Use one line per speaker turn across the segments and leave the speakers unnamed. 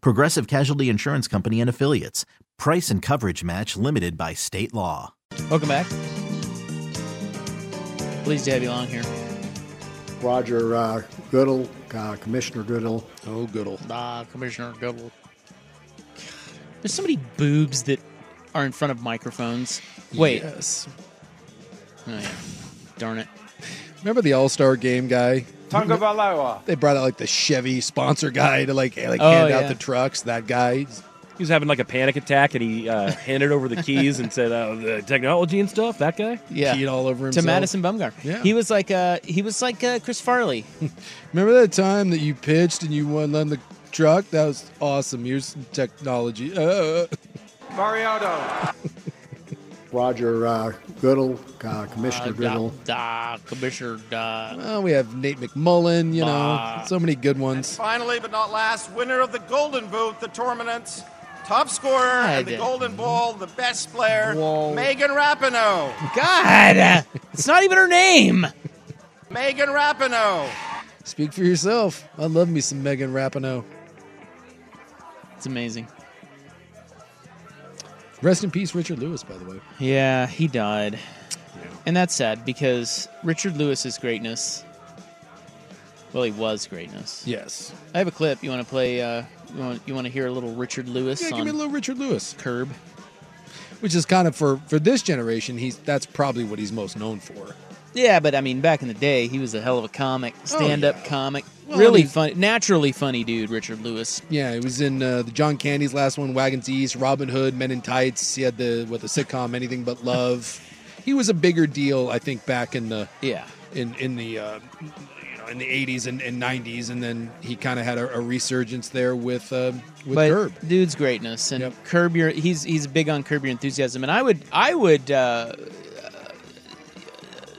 Progressive Casualty Insurance Company and Affiliates. Price and coverage match limited by state law.
Welcome back. Pleased to have you along here.
Roger uh, Goodell, uh, Commissioner Goodell.
Oh, Goodell.
Ah, Commissioner Goodall. There's so many boobs that are in front of microphones. Wait.
Yes.
Oh, yeah. Darn it.
Remember the All Star Game guy?
Tonga Valoa.
They brought out like the Chevy sponsor guy to like like
Oh,
hand
yeah.
out the trucks. That guy.
He was having like a panic attack, and he uh, handed over the keys and said, uh, "The technology and stuff." That guy.
Yeah.
Peed all over
To
himself.
Madison Bumgar.
Yeah.
He was like uh he was like uh, Chris Farley.
Remember that time that you pitched and you won them the truck? That was awesome. Here's some technology. Uh,
Mariotto.
Roger uh, Goodell, uh, Commissioner
da,
Goodell.
da, Commissioner da.
well, Oh, we have Nate McMullen. You know,
Ah.
so many good ones.
Finally, but not last, winner of the Golden Boot, the tournament, top scorer, and the
God.
Golden Ball, the best player,
Whoa.
Megan Rapinoe.
God, it's not even her name.
Megan Rapinoe.
Speak for yourself. I love me some Megan Rapinoe.
It's amazing.
Rest in peace, Richard Lewis. By the way,
Yeah, he died. And that's sad because Richard Lewis's greatness. Well, he was greatness.
yes.
I have a clip. You want to play? Uh, you want you want to hear a little Richard Lewis
Yeah,
on
give me a little Richard Lewis.
Curb?
which is kind of for for this generation he's that's probably what he's most known for
Yeah, but I mean, back in the day, he was a hell of a comic, stand-up
Oh, yeah.
comic,
Well,
really
he's-
funny, naturally funny dude, Richard Lewis.
yeah he was in uh, the john candy's last one wagons east robin hood men in tights he had the what the sitcom anything but love he was a bigger deal i think back in the
Yeah,
in in the uh, you know in the 80s and, and 90s and then he kind of had a, a resurgence there with uh, with
but
Herb.
dude's greatness and
Yep.
Curb your he's he's big on Curb your enthusiasm, and I would I would uh,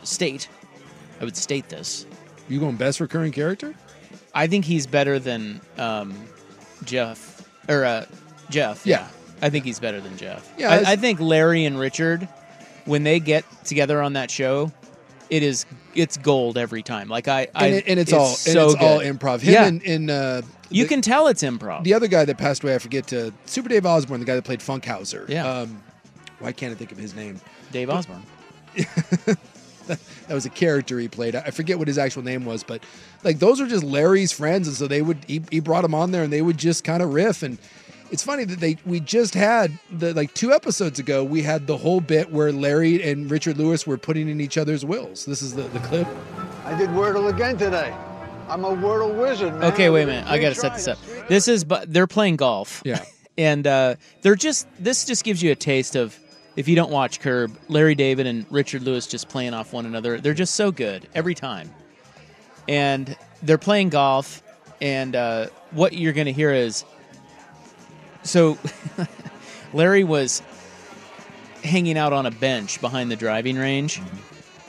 state I would state this.
you going best recurring character
I think he's better than um, Jeff or uh, Jeff.
Yeah.
I think he's better than Jeff.
Yeah,
I,
it's-
I think Larry and Richard, when they get together on that show, it is it's gold every time. Like I, I
and, it- and it's, all and it's all
good.
improv him
Yeah.
and, and uh,
you
the-
can tell it's improv.
the other guy that passed away, I forget to Super Dave Osborne, the guy that played Funkhauser.
Yeah.
Um, why can't I think of his name?
Dave Osborne.
That was a character he played. I I forget what his actual name was, but like those are just Larry's friends, and so they would he, he brought him on there, and they would just kind of riff. And it's funny that they we just had the like two episodes ago we had the whole bit where Larry and Richard Lewis were putting in each other's wills. This is the the clip.
I did Wordle again today. I'm a Wordle wizard, man.
Okay, wait a minute. I gotta set this up. This is but they're playing golf.
Yeah.
and uh, they're just this just gives you a taste of if you don't watch Curb, Larry David and Richard Lewis just playing off one another. They're just so good every time, and they're playing golf. And uh, what you're gonna hear is so Larry was hanging out on a bench behind the driving range,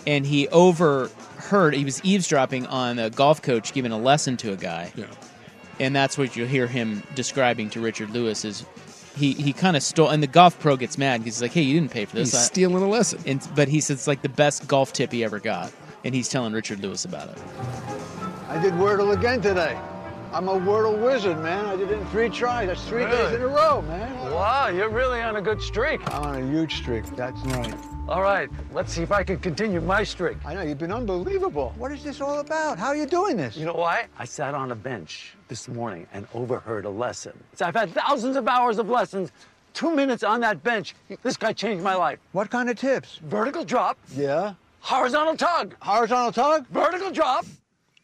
and he overheard he was eavesdropping on a golf coach giving a lesson to a guy
Yeah.
and that's what you hear him describing to Richard Lewis is he he kind of stole and the golf pro gets mad because he's like hey you didn't pay for this
He's
I-
stealing a lesson.
and but he says it's like the best golf tip he ever got and he's telling Richard Lewis about it
I did Wordle again today. I'm a Wordle wizard, man. I did it in three tries. That's three days in a row, man.
Wow, you're really on a good streak.
I'm on a huge streak. That's right.
All right, let's see if I can continue my streak.
I know you've been unbelievable. What is this all about? How are you doing this?
You know why? I sat on a bench this morning and overheard a lesson. So I've had thousands of hours of lessons. two minutes on that bench, this guy changed my life.
What kind of tips?
Vertical drop,
Yeah.
horizontal tug,
Horizontal tug?
vertical drop,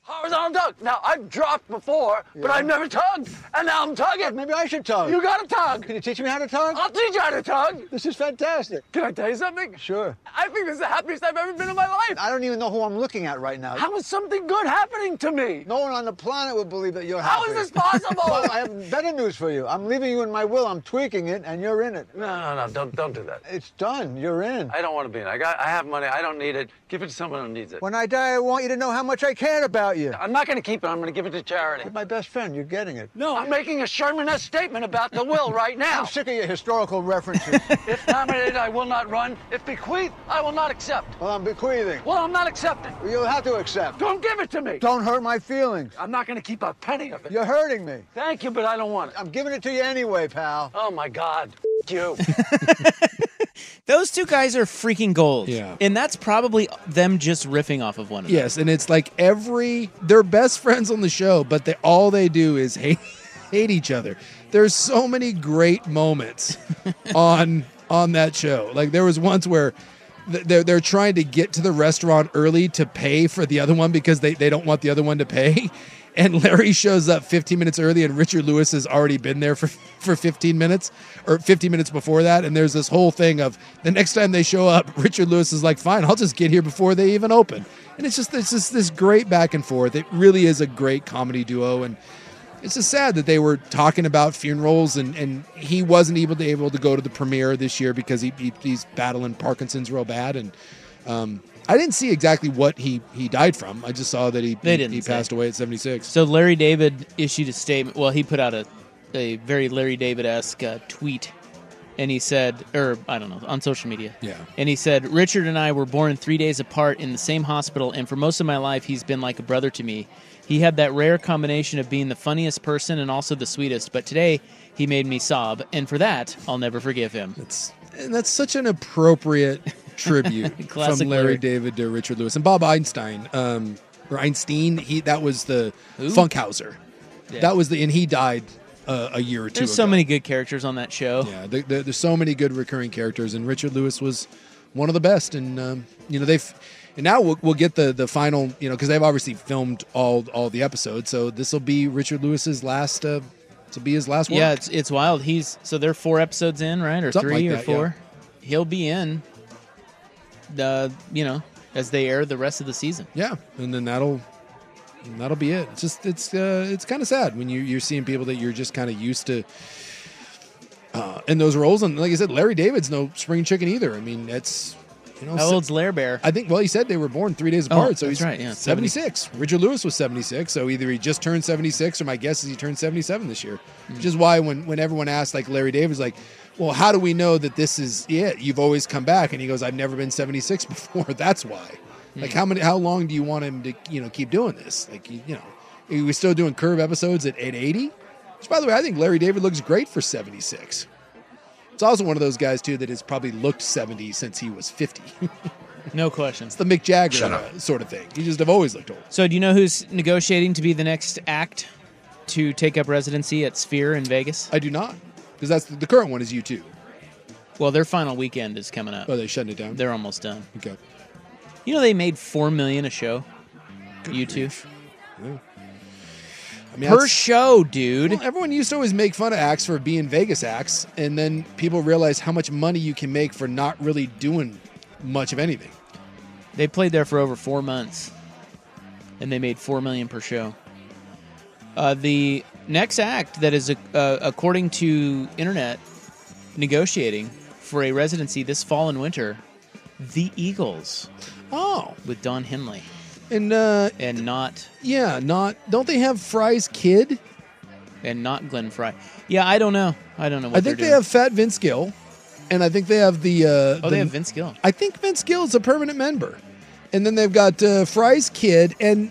horizontal tug. Now, I've dropped before, but I've never tugged, and now I'm tugging.
Maybe I should tug.
You gotta tug.
Can you teach me how to tug?
I'll teach you how to tug.
This is fantastic.
Can I tell you something?
Sure.
I think this is the happiest I've ever been in my life.
I don't even know who I'm looking at right now.
How is something good happening to me?
No one on the planet would believe that you're happy.
How is this possible?
Well, I have better news for you. I'm leaving you in my will. I'm tweaking it, and you're in it.
No, no, no, don't, don't do that.
It's done. You're in.
I don't want to be in. it. I got, I have money. I don't need it. Give it to someone who needs it.
When I die, I want you to know how much I cared about you.
I'm not going to keep it. I'm going to give it to charity.
You're my best friend. You're getting it.
No, I'm making a Sherman-esque statement about the will right now.
I'm sick of your historical references.
if nominated, I will not run. If bequeathed, I will not accept.
well, I'm bequeathing.
Well, I'm not accepting.
You'll have to accept.
Don't give it to me.
Don't hurt my feelings.
I'm not going to keep a penny of it.
You're hurting me.
Thank you, but I don't want it.
I'm giving it to you anyway, pal.
Oh my God, F- you.
Those two guys are freaking gold.
Yeah.
And that's probably them just riffing off of one another.
Yes, and it's like every they're best friends on the show, but they all they do is hate hate each other. There's so many great moments on on that show. Like there was once where th- they're they're trying to get to the restaurant early to pay for the other one because they they don't want the other one to pay. And Larry shows up 15 minutes early, and Richard Lewis has already been there for, for 15 minutes or 15 minutes before that. And there's this whole thing of the next time they show up, Richard Lewis is like, "Fine, I'll just get here before they even open." And it's just it's just this great back and forth. It really is a great comedy duo, and it's just sad that they were talking about funerals and, and he wasn't able to able to go to the premiere this year because he, he he's battling Parkinson's real bad and um, I didn't see exactly what he he died from. I just saw that he
They
he-
didn't
he
say.
passed away at 76.
So Larry David issued a statement. Well, he put out a, a very Larry David esque uh, tweet. And he said, or I don't know, on social media.
Yeah.
And he said, Richard and I were born three days apart in the same hospital, and for most of my life, he's been like a brother to me. He had that rare combination of being the funniest person and also the sweetest, but today he made me sob, and for that, I'll never forgive him.
It's, and that's such an appropriate tribute from
Classic
Larry
Larry.
David to Richard Lewis and Bob Einstein um, or Einstein. He that was the Funkhauser. That was the and he died uh, a year or two.
There's so
ago.
many good characters on that show.
Yeah, there, there, there's so many good recurring characters, and Richard Lewis was one of the best. And um, you know they've, and now we'll, we'll get the the final, you know, because they've obviously filmed all all the episodes, so this will be Richard Lewis's last. Uh, to be his last work.
Yeah, it's it's wild. He's so they're four episodes in, right, or
Something
three
like
or
that,
four. He'll be in the you know as they air the rest of the season.
yeah, and then that'll and that'll be it. It's just it's uh, it's kind of sad when you you're seeing people that you're just kind of used to. Uh, in those roles, and like I said, Larry David's no spring chicken either. I mean, that's you know,
How
si-
old's Lair Bear?
I think. Well, he said they were born three days
Oh,
apart, so
that's
he's
right, yeah, 70.
seventy-six. Richard Lewis was seventy-six, so either he just turned seventy-six, or my guess is he turned seventy-seven this year.
Hmm.
Which is why when when everyone asks, like Larry David's, like, "Well, how do we know that this is it? You've always come back," and he goes, "I've never been seventy-six before. That's why."
Hmm.
Like, how many? How long do you want him to you know keep doing this? Like, you, you know, he was still doing curve episodes at eight eighty. Which, by the way, I think Larry David looks great for seventy-six. It's also one of those guys too that has probably looked seventy since he was fifty.
no questions.
It's the Mick Jagger uh, sort of thing. You just have always looked old.
So do you know who's negotiating to be the next act to take up residency at Sphere in Vegas?
I do not, because that's the, current one is you too.
Well, their final weekend is coming up.
Oh, they shutting it down.
They're almost done.
okay.
You know they made four million a show. you two
I mean,
per
that's-
show, dude.
well, everyone used to always make fun of acts for being Vegas acts, and then people realize how much money you can make for not really doing much of anything.
They played there for over four months, and they made four million per show. Uh, the next act that is, uh, according to internet, negotiating for a residency this fall and winter, the Eagles
Oh,
with Don Henley,
and uh,
and not
yeah, not don't they have Fry's kid?
and not Glenn Fry. Yeah, I don't know. I don't know. What
I
they're
think they
doing.
have Fat Vince Gill, and I think they have the. Uh,
Oh,
the-
they have Vince Gill.
I think Vince Gill is a permanent member. And then they've got uh, Fry's kid. And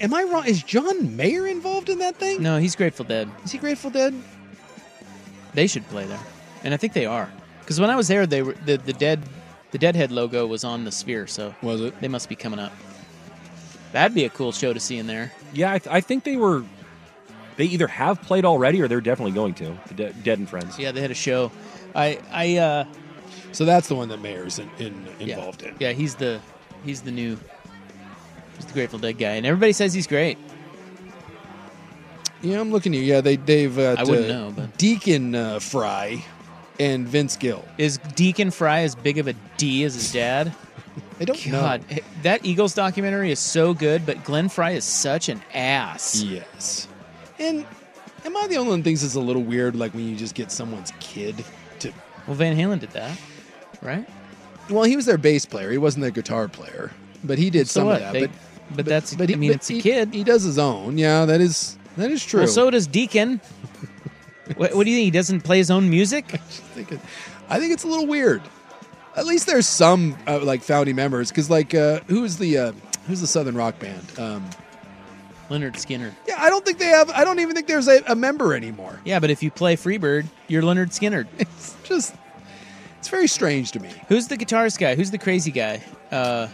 am I wrong? Is John Mayer involved in that thing?
No, he's Grateful Dead.
Is he Grateful Dead?
They should play there, and I think they are. Because when I was there, they were the, the dead the Deadhead logo was on the sphere, so
Was it?
They must be coming up. That'd be a cool show to see in there.
Yeah, I, th- I think they were. They either have played already, or they're definitely going to. The De- Dead and Friends.
Yeah, they had a show. I I uh
So that's the one that Mayer's in, in, involved
yeah.
in.
Yeah, he's the he's the new he's the Grateful Dead guy, and everybody says he's great.
Yeah, I'm looking at you. Yeah, they they've uh,
I wouldn't know, but-
Deacon uh, Fry and Vince Gill.
Is Deacon Fry as big of a D as his dad?
I don't
God, eh,
know.
that Eagles documentary is so good, but Glenn Fry is such an ass.
Mm. Yes. And am I the only one that thinks it's a little weird, like when you just get someone's kid to?
Well, Van Halen did that, right?
Well, he was their bass player. He wasn't their guitar player, but he did
So
some
what?
of that.
They-
but,
but that's- I mean, it's a
he-
kid.
He does his own. Yeah, that is that is true.
Well, so does Deacon. what, what do you think? He doesn't play his own music?
I think, it, I think it's a little weird. At least there's some uh, like founding members, because like uh, who's the uh, who's the Southern rock band? Um,
Leonard Skinner.
yeah, I don't think they have. I don't even think there's a, a member anymore.
Yeah, but if you play Freebird, you're Leonard Skinner.
It's just it's very strange to me.
Who's the guitarist guy? Who's the crazy guy? Uh,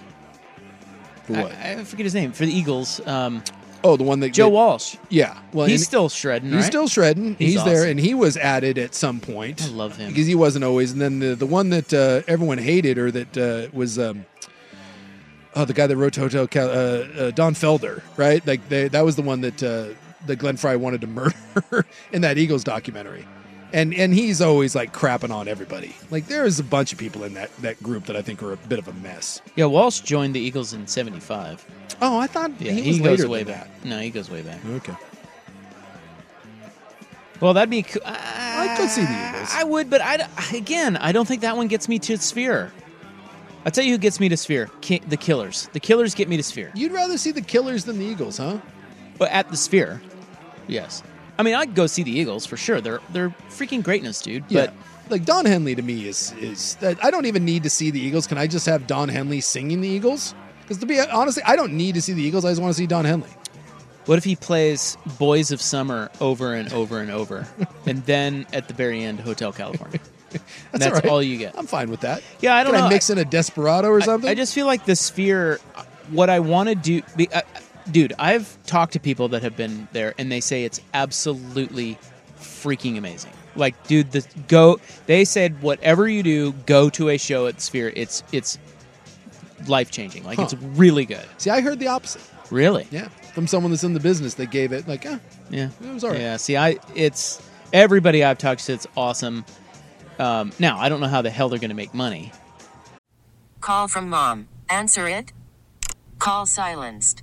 For
I-
what?
I, forget his name. For the Eagles, um,
oh, the one that
Joe
that-
Walsh.
Yeah, well,
he's
and-
still shredding.
He's
right?
still shredding.
He's
He's, there,
awesome.
and he was added at some point.
I love him.
because he wasn't always. And then the the one that uh, everyone hated, or that uh, was, um, oh, the guy that wrote Hotel Cal- uh, uh, Don Felder, right? Like they, that was the one that uh, that Glenn Fry wanted to murder in that Eagles documentary. And and he's always like crapping on everybody. Like there is a bunch of people in that that group that I think are a bit of a mess.
Yeah, Walsh joined the Eagles in '75.
Oh, I thought
Yeah,
he, was
goes
later
way
than
back. No, he goes way back.
that. Okay.
Well, that'd be. Cool.
I could see the Eagles.
I would, but I d- again, I don't think that one gets me to Sphere. I tell you, who gets me to Sphere? Ki- the Killers. The Killers get me to Sphere.
You'd rather see the Killers than the Eagles, huh?
But at the Sphere, yes. I mean, I'd go see the Eagles for sure. They're they're freaking greatness, dude.
Yeah.
But
like Don Henley to me is is that I don't even need to see the Eagles. Can I just have Don Henley singing the Eagles? Because to be honestly, I don't need to see the Eagles. I just want to see Don Henley.
what if he plays "Boys of Summer" over and over and over, and then at the very end, "Hotel California"?
That's,
That's
right.
all you get.
I'm fine with that.
Yeah, I don't
Can
know.
I mix in a Desperado or something?
I, I just feel like the sphere. What I want to do, be, uh, dude. I've talked to people that have been there, and they say it's absolutely freaking amazing. Like, dude, the go. They said whatever you do, go to a show at Sphere. It's it's life changing. Like, it's
Huh.
really good.
see. I heard the opposite.
Really.
Yeah, from someone that's in the business that gave it like, eh,
Yeah,
It was all right.
Yeah, see, I it's everybody I've talked to. It's awesome. Um, now I don't know how the hell they're going to make money.
Call from mom. Answer it. Call silenced.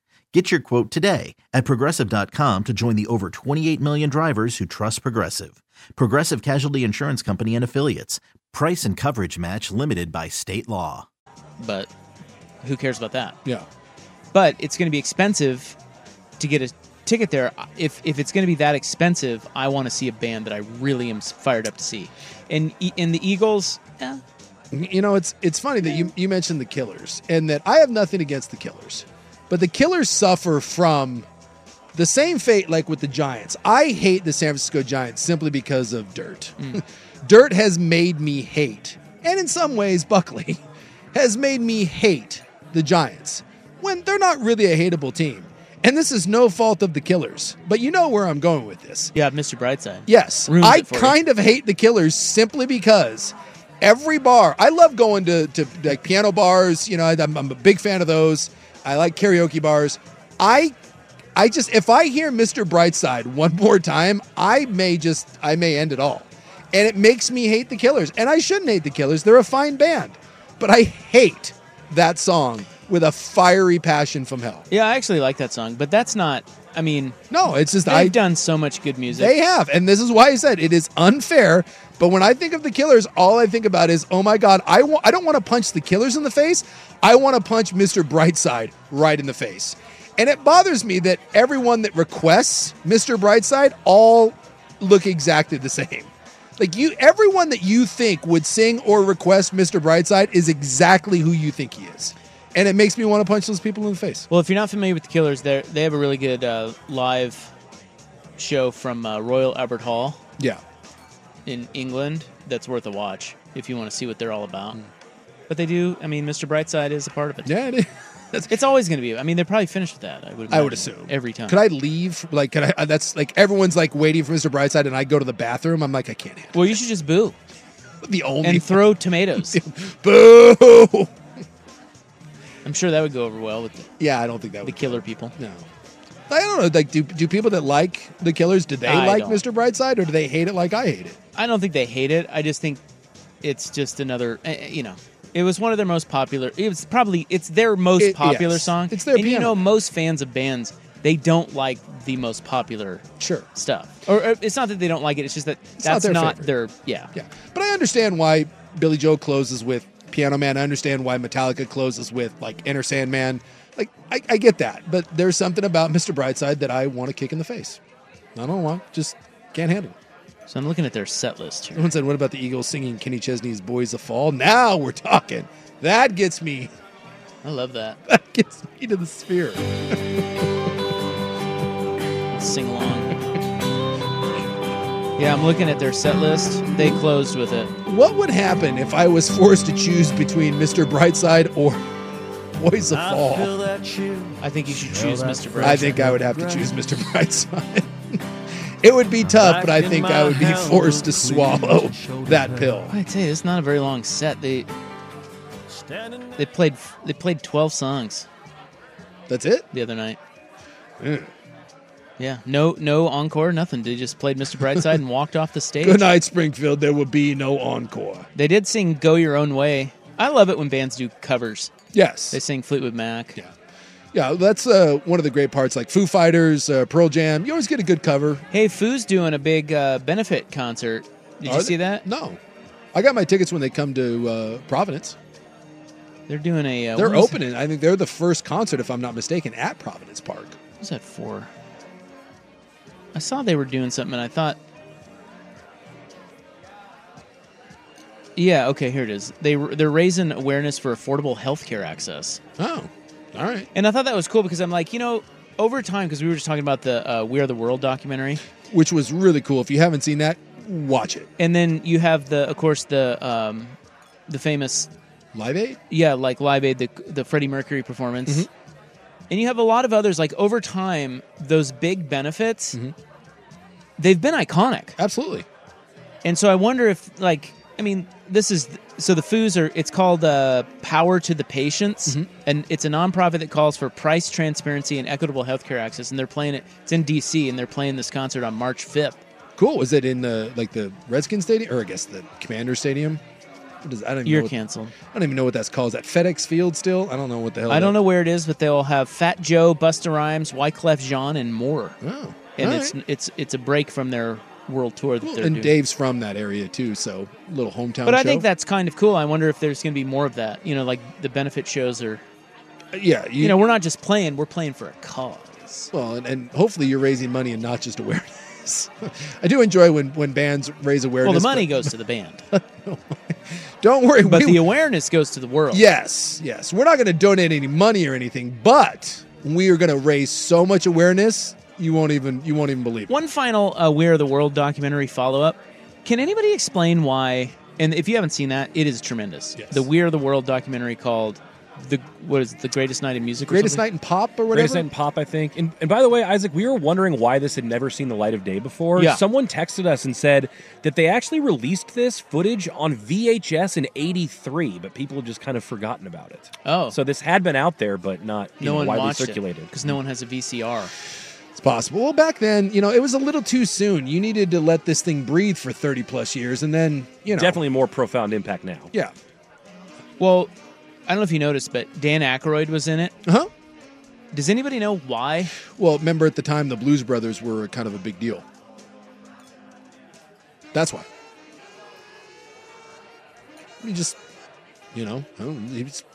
Get your quote today at progressive.com to join the over 28 million drivers who trust Progressive. Progressive Casualty Insurance Company and Affiliates. Price and coverage match limited by state law.
But who cares about that?
yeah.
but it's going to be expensive to get a ticket there. If if it's going to be that expensive, I want to see a band that I really am fired up to see. And E- and the Eagles, eh,
You know, it's it's funny that you you mentioned the Killers and that I have nothing against the Killers, but the Killers suffer from the same fate like with the Giants. I hate the San Francisco Giants simply because of dirt. dirt has made me hate, and in some ways, Buckley has made me hate the Giants when they're not really a hateable team. And this is no fault of the Killers, but you know where I'm going with this.
Yeah, Mr. Brightside.
Yes,
Ruins
I
it for you.
kind of hate the Killers simply because every bar I love going to, to like piano bars. You know, I, am I'm a big fan of those. I like karaoke bars. I I just if I hear Mr. Brightside one more time, I may just I may end it all, and it makes me hate the Killers. And I shouldn't hate the Killers; they're a fine band, but I hate that song with a fiery passion from hell.
Yeah, I actually like that song, but that's not. I mean,
no, it's just
they've
I-
done so much good music.
They have, and this is why I said it is unfair. But when I think of the Killers, all I think about is, oh my God, I want. I don't want to punch the Killers in the face. I want to punch Mr. Brightside right in the face. And it bothers me that everyone that requests Mr. Brightside all look exactly the same. Like you, everyone that you think would sing or request Mr. Brightside is exactly who you think he is, and it makes me want to punch those people in the face.
Well, if you're not familiar with the Killers, they they have a really good uh, live show from uh, Royal Albert Hall
Yeah.
in England. That's worth a watch if you want to see what they're all about.
Hmm.
But they do. I mean, Mr. Brightside is a part of it.
Yeah, it is.
it's always going to be. I mean, they're probably finished with that. I would.
I would
imagine,
assume.
every time.
Could I leave? Like, could I? uh, That's like everyone's like waiting for Mr. Brightside, and I go to the bathroom. I'm like, I can't.
Well, you should just boo.
The only
and throw tomatoes.
boo.
I'm sure that would go over well with the,
Yeah, I don't think that
the
would.
killer people.
No. I don't know. Like, do do people that like the Killers do they
I
like
don't.
Mr. Brightside, or do they hate it like I hate it?
I don't think they hate it. I just think it's just another. uh, You know, it was one of their most popular. It was probably it's their most
It-
popular
yes.
song.
It's their
And you
piano.
know, most fans of bands they don't like the most popular
sure
stuff. Or, or it's not that they don't like it. It's just that
not
that's
their
not
favorite.
their, yeah.
Yeah. But I understand why Billy Joe closes with Piano Man. I understand why Metallica closes with like Enter Sandman. Like, I, I get that. But there's something about Mr. Brightside that I want to kick in the face. I don't want. Just can't handle it.
So I'm looking at their set list here.
Someone said, "What about the Eagles singing Kenny Chesney's Boys of Fall?" Now we're talking. That gets me. Mm-hmm.
I love that.
That gets me to the sphere.
Sing along. yeah, I'm looking at their set list. They closed with it.
What would happen if I was forced to choose between Mr. Brightside or Boys of Fall?
I think you should choose Mr. Brightside.
I think I would have to choose Mr. Brightside. it would be tough, but I think I would be forced to swallow that pill.
I tell you, it's not a very long set. They they played they played twelve songs
That's it.
the other night.
Mm.
Yeah, no no encore, nothing. They just played Mr. Brightside and walked off the stage.
Good night, Springfield. There will be no encore.
They did sing "Go Your Own Way." I love it when bands do covers.
Yes.
They sing Fleetwood Mac.
Yeah. Yeah, that's uh, one of the great parts. Like Foo Fighters, uh, Pearl Jam. You always get a good cover.
Hey, Foo's doing a big uh, benefit concert. Did
Are
you
they-
see that?
No. I got my tickets when they come to uh, Providence.
They're doing a. Uh,
they're
what was it?
opening. I think they're the first concert, if I'm not mistaken, at Providence Park.
What was that for? I saw they were doing something and I thought. Yeah, okay, here it is. They they're raising awareness for affordable healthcare access.
Oh, all right.
And I thought that was cool because I'm like, you know, over time because we were just talking about the uh, We Are the World documentary
Which was really cool. If you haven't seen that, watch it.
and then you have the of course the um the famous
Live Aid?
yeah, like Live Aid, the the Freddie Mercury performance, and you have a lot of others. Like over time, those big benefits, they've been iconic,
Absolutely.
and so I wonder if, like, I mean, this is so the Foos are. It's called uh, Power to the Patients,
Mm-hmm.
and it's a nonprofit that calls for price transparency and equitable healthcare access. And they're playing it. It's in D.C. and they're playing this concert on March fifth.
Cool. Was it in the like the Redskins Stadium, or I guess the Commander Stadium? What is, I don't even know
You're
what,
canceled.
I don't even know what that's called. Is that FedEx Field still? I don't know what the hell.
I don't
that-
know where it is, but they'll have Fat Joe, Busta Rhymes, Wyclef Jean, and more.
Oh,
and
all
it's
right.
it's it's a break from their world tour that
Cool.
they're
and
doing.
Dave's from that area too, so little hometown.
but I
show.
think that's kind of cool. I wonder if there's going to be more of that. You know, like the benefit shows are.
yeah, you,
You know, we're not just playing; we're playing for a cause.
Well, and, and hopefully you're raising money and not just awareness. I do enjoy when, when bands raise awareness.
well, the money
but
goes to the band,
Don't worry.
but
we-
the awareness goes to the world.
yes, yes. We're not going to donate any money or anything, but we are going to raise so much awareness you won't even you won't even believe. It.
One final uh, "We Are the World" documentary follow-up. Can anybody explain why? And if you haven't seen that, it is tremendous.
Yes.
The "We Are the World" documentary called the what is it, the greatest night in music? or
Greatest
something?
Night in Pop or
Greatest
whatever.
Night in Pop, I think. And, and by the way, Isaac, we were wondering why this had never seen the light of day before.
Yeah.
Someone texted us and said that they actually released this footage on VHS in 83, but people had just kind of forgotten about it.
Oh.
So this had been out there, but not you
No
know,
one
widely
watched it
circulated.
because no one has a VCR.
It's possible. Well, back then, you know, it was a little too soon. You needed to let this thing breathe for 30 plus years, and then, you know,
Definitely more profound impact now.
yeah,
Well, I don't know if you noticed, but Dan Aykroyd was in it.
uh huh.
Does anybody know why?
Well, remember at the time the Blues Brothers were kind of a big deal. That's why. You just, you know, I don't, he was-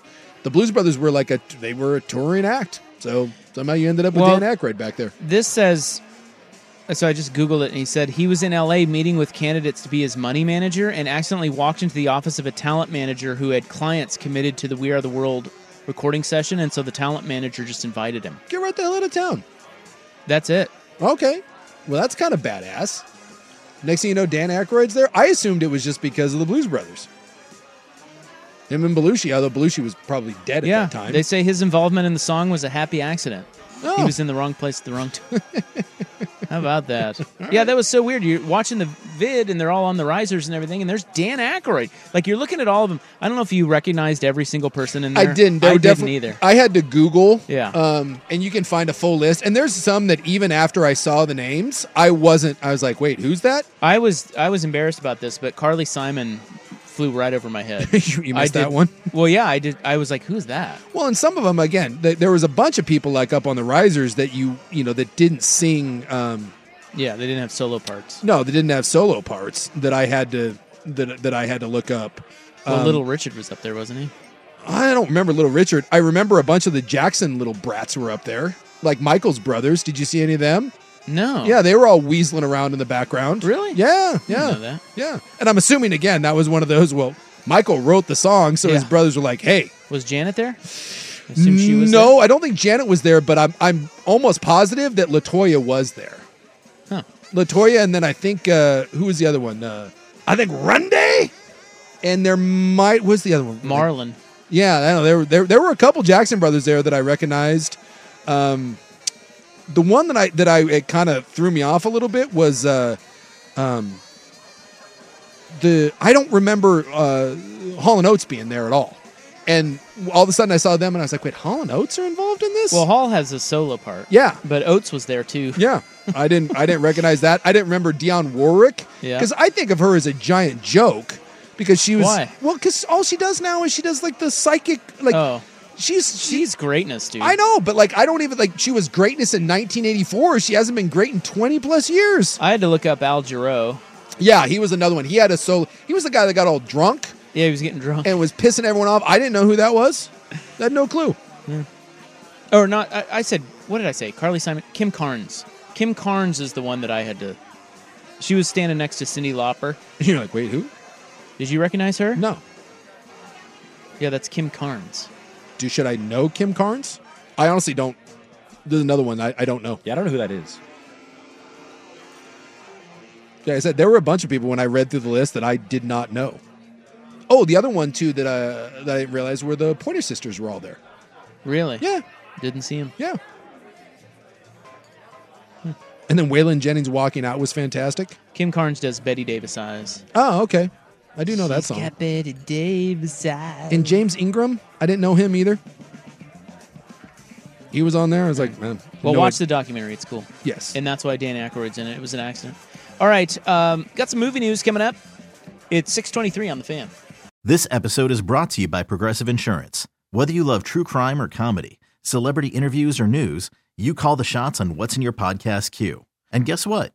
the Blues Brothers were like a they were a touring act. So somehow you ended up with
Well-
Dan Aykroyd back there.
This says. uh, So I just googled it, and he said he was in LA meeting with candidates to be his money manager, and accidentally walked into the office of a talent manager who had clients committed to the We Are the World recording session, and so the talent manager just invited him.
Get right the hell out of town.
That's it.
Okay, well that's kind of badass. Next thing you know, Dan Aykroyd's there. I assumed it was just because of the Blues Brothers. Him and Belushi, although Belushi was probably dead at
yeah,
that time.
they say his involvement in the song was a happy accident. He
Oh.
was in the wrong place at the wrong time. How about that? Yeah, that was so weird. You're watching the vid, and they're all on the risers and everything, and there's Dan Aykroyd. Like you're looking at all of them. I don't know if you recognized every single person in there.
I didn't. They
I
were
didn't
defi-
either.
I had to Google.
Yeah.
Um, and you can find a full list. And there's some that even after I saw the names, I wasn't. I was like, wait, who's that?
I was I was embarrassed about this, but Carly Simon flew right over my head.
you, you
I
missed that
did-
one.
Well, yeah, I did. I was like, "Who's that?"
Well, and some of them again, th- there was a bunch of people like up on the risers that you you know that didn't sing. Um,
Yeah, they didn't have solo parts.
no, that didn't have solo parts that I had to that that I had to look up.
Well,
Um,
Little Richard was up there, wasn't he?
I don't remember Little Richard. I remember a bunch of the Jackson little brats were up there, like Michael's brothers. Did you see any of them?
No.
Yeah, they were all weaseling around in the background.
Oh. Really?
Yeah,
I didn't
yeah.
know that.
Yeah. And I'm assuming again that was one of those. Well, Michael wrote the song, so his
Yeah.
brothers were like, "Hey,
Was Janet there? I assume she was.
no, I don't think Janet was there, but I'm I'm almost positive that Latoya was there.
Huh.
Latoya, and then I think uh, who was the other one? Uh, I think Runday. And there might was the other one
there. Marlon.
yeah, I know there were there, there were a couple Jackson brothers there that I recognized. Um, the one that I that I it kind of threw me off a little bit was uh, um, the I don't remember uh, Hall and Oates being there at all. And all of a sudden I saw them and I was like, wait, Hall and Oates are involved in this?
Well, Hall has a solo part.
yeah,
But Oates was there too.
yeah. I didn't I didn't recognize that. I didn't remember Dionne Warwick
Yeah.
because I think of her as a giant joke because she was
Why?
well because all she does now is she does like the psychic like
oh,
she's she,
she's greatness, dude.
I know, but like I don't even like she was greatness in 1984. She hasn't been great in 20 plus years.
I had to look up Al Jarreau.
Yeah, he was another one. He had a solo. He was the guy that got all drunk
Yeah, he was getting drunk.
and was pissing everyone off. I didn't know who that was. I had no clue.
or not. I, I said, what did I say? Carly Simon. Kim Carnes. Kim Carnes is the one that I had to. She was standing next to Cindy Lauper.
You're like, wait, who?
Did you recognize her?
No.
Yeah, that's Kim Carnes.
Do should I know Kim Carnes? I honestly don't. There's another one I, I don't know.
Yeah, I don't know who that is.
Like I said there were a bunch of people when I read through the list that I did not know. Oh, the other one too that uh, that I didn't realize were the Pointer Sisters were all there.
Really?
Yeah,
Didn't see him.
Yeah. And then Waylon Jennings walking out was fantastic.
Kim Carnes does Betty Davis eyes.
Oh, okay. I do know that
She's
song.
got Betty Davis eyes.
and James Ingram, I didn't know him either. He was on there. I was like, man.
Well,
no
watch the
idea.
documentary. It's cool.
Yes.
And that's why Dan Aykroyd's in it. It was an accident. All right. Um, got some movie news coming up. It's 623 on the fan.
This episode is brought to you by Progressive Insurance. Whether you love true crime or comedy, celebrity interviews or news, you call the shots on what's in your podcast queue. And guess what?